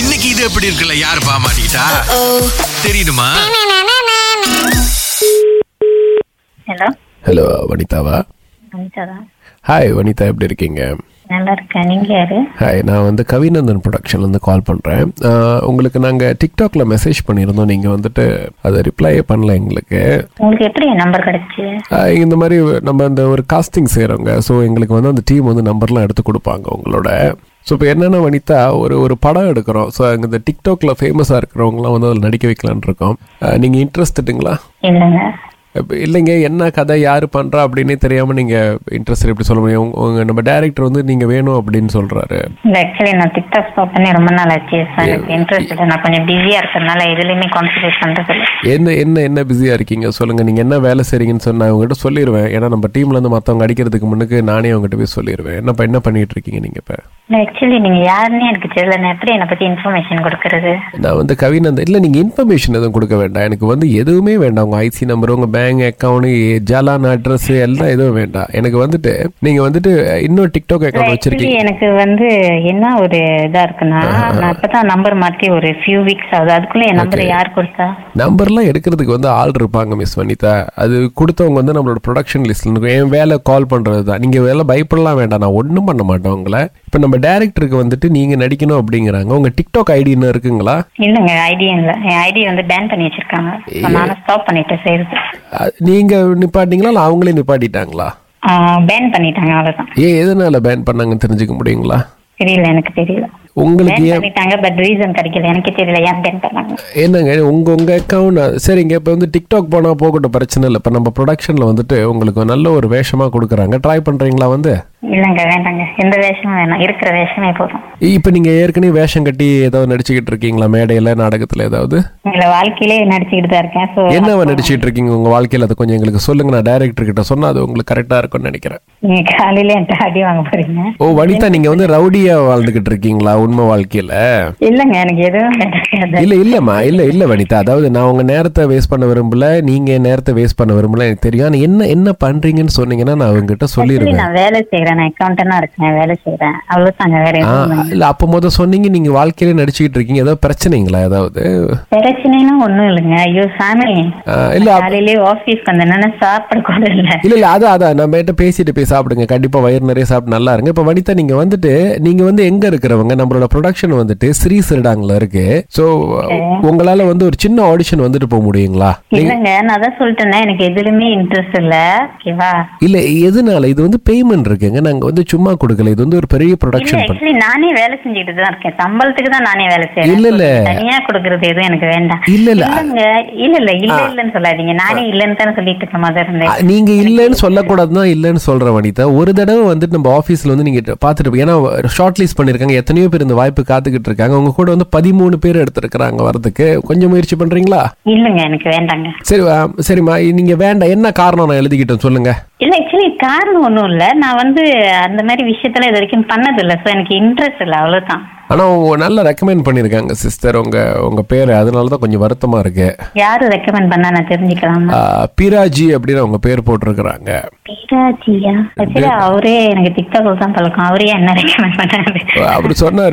இன்னைக்கு இது எப்படி இருக்குல்ல யாரு பாமாட்டா தெரியுமா ஹலோ ஹலோ வனிதாவா அனிதாதா ஹாய் வனிதா எப்படி இருக்கீங்க நல்லா இருக்கேன் நீங்க யாரு ஹாய் நான் வந்து கவிநந்தன் ப்ரொடக்ஷன்லேருந்து கால் பண்ணுறேன் உங்களுக்கு நாங்கள் டிக்டாக்ல மெசேஜ் பண்ணியிருந்தோம் நீங்கள் வந்துட்டு அதை ரிப்ளையே பண்ணல எங்களுக்கு உங்களுக்கு எப்படி என் நம்பர் கிடைச்சு ஆஹ் இந்த மாதிரி நம்ம இந்த ஒரு காஸ்டிங் செய்கிறவங்க ஸோ எங்களுக்கு வந்து அந்த டீம் வந்து நம்பர்லாம் எடுத்து கொடுப்பாங்க உங்களோட ஸோ இப்போ என்னென்ன வனிதா ஒரு ஒரு படம் எடுக்கிறோம் ஸோ அங்கே இந்த டிக்டாக்ல ஃபேமஸாக இருக்கிறவங்களாம் வந்து அதில் நடிக்க வைக்கலான்னு இருக்கோம் நீங்கள் இன்ட்ரெஸ்ட்டுங்களா இல்லைங்க இப்ப இல்லைங்க என்ன கதை யார் பண்ணுறா அப்படின்னே தெரியாமல் நீங்கள் இன்ட்ரெஸ்ட் எப்படி சொல்ல முடியும் உங்க- உங்க நம்ம டேரக்டர் வந்து நீங்கள் வேணும் அப்படின்னு சொல்கிறாரு இல்ல ஆக்சுவலி நான் டிக்டாக் ஸ்டாப் பண்ணி ரொம்ப நாள் ஆச்சு ஸோ எனக்கு இன்ட்ரெஸ்ட் இல்லை நான் கொஞ்சம் பிஸியாக இருக்கிறதுனால எதுலையுமே கான்சன்ட்ரேட் பண்ணுறது இல்லை என்ன என்ன என்ன பிஸியாக இருக்கீங்க சொல்லுங்கள் நீங்கள் என்ன வேலை செய்றீங்கன்னு சொன்னால் உங்ககிட்ட சொல்லிடுவேன் ஏன்னா நம்ம டீம்லேருந்து மற்றவங்க அடிக்கிறதுக்கு முன்னுக்கு நானே அவங்ககிட்ட போய் சொல்லிடுவேன் என்னப்பா என்ன பண்ணிட்டு இருக்கீங்க நீங்கள் இப்போ இல்லை ஆக்சுவலி நீங்க யாருன்னு எனக்கு தெரியல நான் எப்படி என்னை பத்தி இன்ஃபர்மேஷன் கொடுக்கறது நான் வந்து கவிநந்தன் இல்லை நீங்கள் இன்ஃபர்மேஷன் எதுவும் கொடுக்க வேண்டாம் எனக்கு வந்து எதுவுமே வேண்டாம் உங்கள் ஐசி நம்பர் உங்கள் பேங்க் அக்கௌண்ட் ஜலான் அட்ரஸ் எல்லாம் எதுவும் வேண்டாம் எனக்கு வந்துட்டு நீங்கள் வந்துட்டு இன்னும் டிக்டாக் இல்ல, அக்கௌண்ட் actually வச்சிருக்கீங்க எனக்கு வந்து என்ன ஒரு இதா இருக்குன்னா நான் இப்பதான் நம்பர் மாத்தி ஒரு ஃபியூ வீக்ஸ் ஆகுது அதுக்குள்ள என் நம்பர் யார் கொடுத்தா நம்பர்லாம் எடுக்கிறதுக்கு வந்து ஆள் இருப்பாங்க மிஸ் வனிதா அது கொடுத்தவங்க வந்து நம்மளோட ப்ரொடக்ஷன் லிஸ்ட்ல இருக்கும் என் வேலை கால் பண்ணுறது தான் நீங்கள் வேலை பயப்படலாம் வேண்டாம் நான் ஒன்றும் பண்ண மாட்டேன் உங்களை இப்போ நம்ம டேரக்டருக்கு வந்துட்டு நீங்கள் நடிக்கணும் அப்படிங்கிறாங்க உங்கள் டிக்டாக் ஐடி இன்னும் இருக்குங்களா இல்லைங்க ஐடி இல்ல என் ஐடி வந்து பேன் பண்ணி வச்சிருக்காங்க So, நானும் ஸ்டாப் பண்ணிட்டேன் செய்யறது நீங்கள் நிப்பாட்டிங்களா இல்லை அவங்களே நிப்பாட்டிட்டாங்களா பேன் பண்ணிட்டாங்க அவ்வளவுதான் ஏ எதனால பேன் பண்ணாங்கன்னு தெரிஞ்சுக்க முடியுங்களா தெரியல எனக்கு தெரியல உங்களுக்கு பேன் ஏன் பண்ணிட்டாங்க பட் ரீசன் கிடைக்கல எனக்கு தெரியல ஏன் பேன் பண்ணாங்க என்னங்க உங்க உங்க அக்கௌண்ட் சரிங்க இப்போ வந்து டிக்டாக் போனா போகட்டும் பிரச்சனை இல்லை இப்போ நம்ம ப்ரொடக்ஷன்ல வந்துட்டு உங்களுக்கு நல்ல ஒரு வேஷமா கொடுக்குறாங்க ட்ரை பண்றீங்களா வந்து இல்லைங்க வேண்டாங்க எந்த வேஷமும் வேணாம் இருக்கிற வேஷமே போதும் இப்போ நீங்க ஏற்கனவே வேஷம் கட்டி ஏதாவது நடிச்சுக்கிட்டு இருக்கீங்களா மேடையில நாடகத்துல ஏதாவது உங்களை வாழ்க்கையிலே நடிச்சுக்கிட்டு தான் இருக்கேன் ஸோ என்னவா நடிச்சுக்கிட்டு இருக்கீங்க உங்க வாழ்க்கையில அதை கொஞ்சம் எங்களுக்கு சொல்லுங்க நான் டைரக்டர் கிட்ட சொன்னா அது உங்களுக்கு கரெக்டா இருக்கும்னு நினைக்கிறேன் நீங்க காலையில என்கிட்ட அடி வாங்க போறீங்க ஓ வனிதா நீங்க வந்து ரவுடியா வாழ்ந்துகிட்டு இருக்கீங்களா உண்மை வாழ்க்கையில இல்லைங்க எனக்கு எதுவும் கிடைக்காது இல்ல இல்லம்மா இல்ல இல்ல வனிதா அதாவது நான் உங்க நேரத்தை வேஸ்ட் பண்ண விரும்பல நீங்க என் நேரத்தை வேஸ்ட் பண்ண விரும்பல எனக்கு தெரியும் ஆனா என்ன என்ன பண்றீங்கன்னு சொன்னீங்கன்னா நான் அவங்ககிட்ட Actually, சொல்லிடுவேன் நான் வேலை செய்யறேன் நான் அக்கௌண்டனா இருக்கேன் வேலை செய்யறேன் அவ்வளவுதாங்க வேற ஆ, எதுவும் இல்ல அப்போ முத சொன்னீங்க நீங்க வாழ்க்கையில நடிச்சுக்கிட்டு இருக்கீங்க ஏதாவது பிரச்சனைங்களா ஏதாவது பிரச்சனைலாம் ஒண்ணும் இல்லைங்க ஐயோ சாமி ஆ, இல்ல அப்ப- காலையிலேயே ஆபீஸ்க்கு வந்தேன்னா சாப்பிட கூட இல்ல இல்ல இல்ல அதான் அதான் நம்ம கிட்ட பேசிட்டு போய் சாப்பிடுங்க கண்டிப்பா வயிறு நிறைய சாப்பிட்டு நல்லா இருங்க இப்ப வனிதா நீங்க வந்துட்டு நீங்க வந்து எங்க இருக்கிறவங்க நம்மளோட ப்ரொடக்ஷன் வந்துட்டு ஸ்ரீ சிறுடாங்கல இருக்கு சோ உங்களால வந்து ஒரு சின்ன ஆடிஷன் வந்துட்டு போக முடியுங்களா நீங்க- இல்லைங்க நான் அதான் சொல்லிட்டேனே எனக்கு எதுலயுமே இன்ட்ரெஸ்ட் இல்ல ஓகேவா இல்ல எதனால இது வந்து பேமெண்ட் இருக்குங்க நாங்க வந்து சும்மா கொடுக்கல இது வந்து ஒரு பெரிய இல்ல ப்ரொடக்ஷன் ஆக்சுவலி நானே வேலை செஞ்சுக்கிட்டு தான் இருக்கேன் சம்பளத்துக்கு தான் நானே வேலை செய்யறேன் இல்ல, இல்ல. தனியா கொடுக்கறது எதுவும் எனக்கு வேண்டாம் இல்ல, இல்ல. இல்லங்க இல்ல இல்ல இல்ல இல்லன்னு சொல்லாதீங்க நானே இல்லன்னு தானே சொல்லிட்டு இருக்க மாதிரி இருந்தேன் நீங்க இல்லைன்னு சொல்லக்கூடாதுன்னா இல்லைன்னு சொல்ற வனிதா ஒரு தடவை வந்துட்டு நம்ம ஆஃபீஸ்ல வந்து நீங்க பார்த்துட்டு போ- ஏன்னா ஷார்ட் லிஸ்ட் பண்ணிருக்காங்க எத்தனையோ பேர் இந்த வாய்ப்பு காத்துக்கிட்டு இருக்காங்க உங்க கூட வந்து பதிமூணு பேர் எடுத்திருக்கிறாங்க வரதுக்கு கொஞ்சம் முயற்சி பண்றீங்களா இல்லங்க எனக்கு வேண்டாங்க சரி ஆ, சரிம்மா நீங்க வேண்டாம் என்ன காரணம் நான் எழுதிக்கிட்டேன் சொல்லுங்க இல்ல ஆக்சுவலி காரணம் ஒண்ணும் இல்ல நான் வந்து அந்த மாதிரி விஷயத்துல இது வரைக்கும் பண்ணது இல்ல சோ எனக்கு இன்ட்ரெஸ்ட் இல்ல அவ்வளவுதான் ஆனா உங்க நல்லா ரெக்கமெண்ட் பண்ணிருக்காங்க சிஸ்டர் உங்க உங்க பேரு அதனால தான் கொஞ்சம் வருத்தமா இருக்கு யாரு ரெக்கமெண்ட் பண்ணா நான் தெரிஞ்சுக்கலாமா ஆ, பிராஜி அப்படின்னு அவங்க பேர் போட்டிருக்கிறாங்க பீராஜியா ஆக்சுவலி அவரே எனக்கு டிக்டாக்ல தான் பழக்கம் அவரே என்ன ரெக்கமெண்ட் பண்ணாரு அவர் சொன்னாரு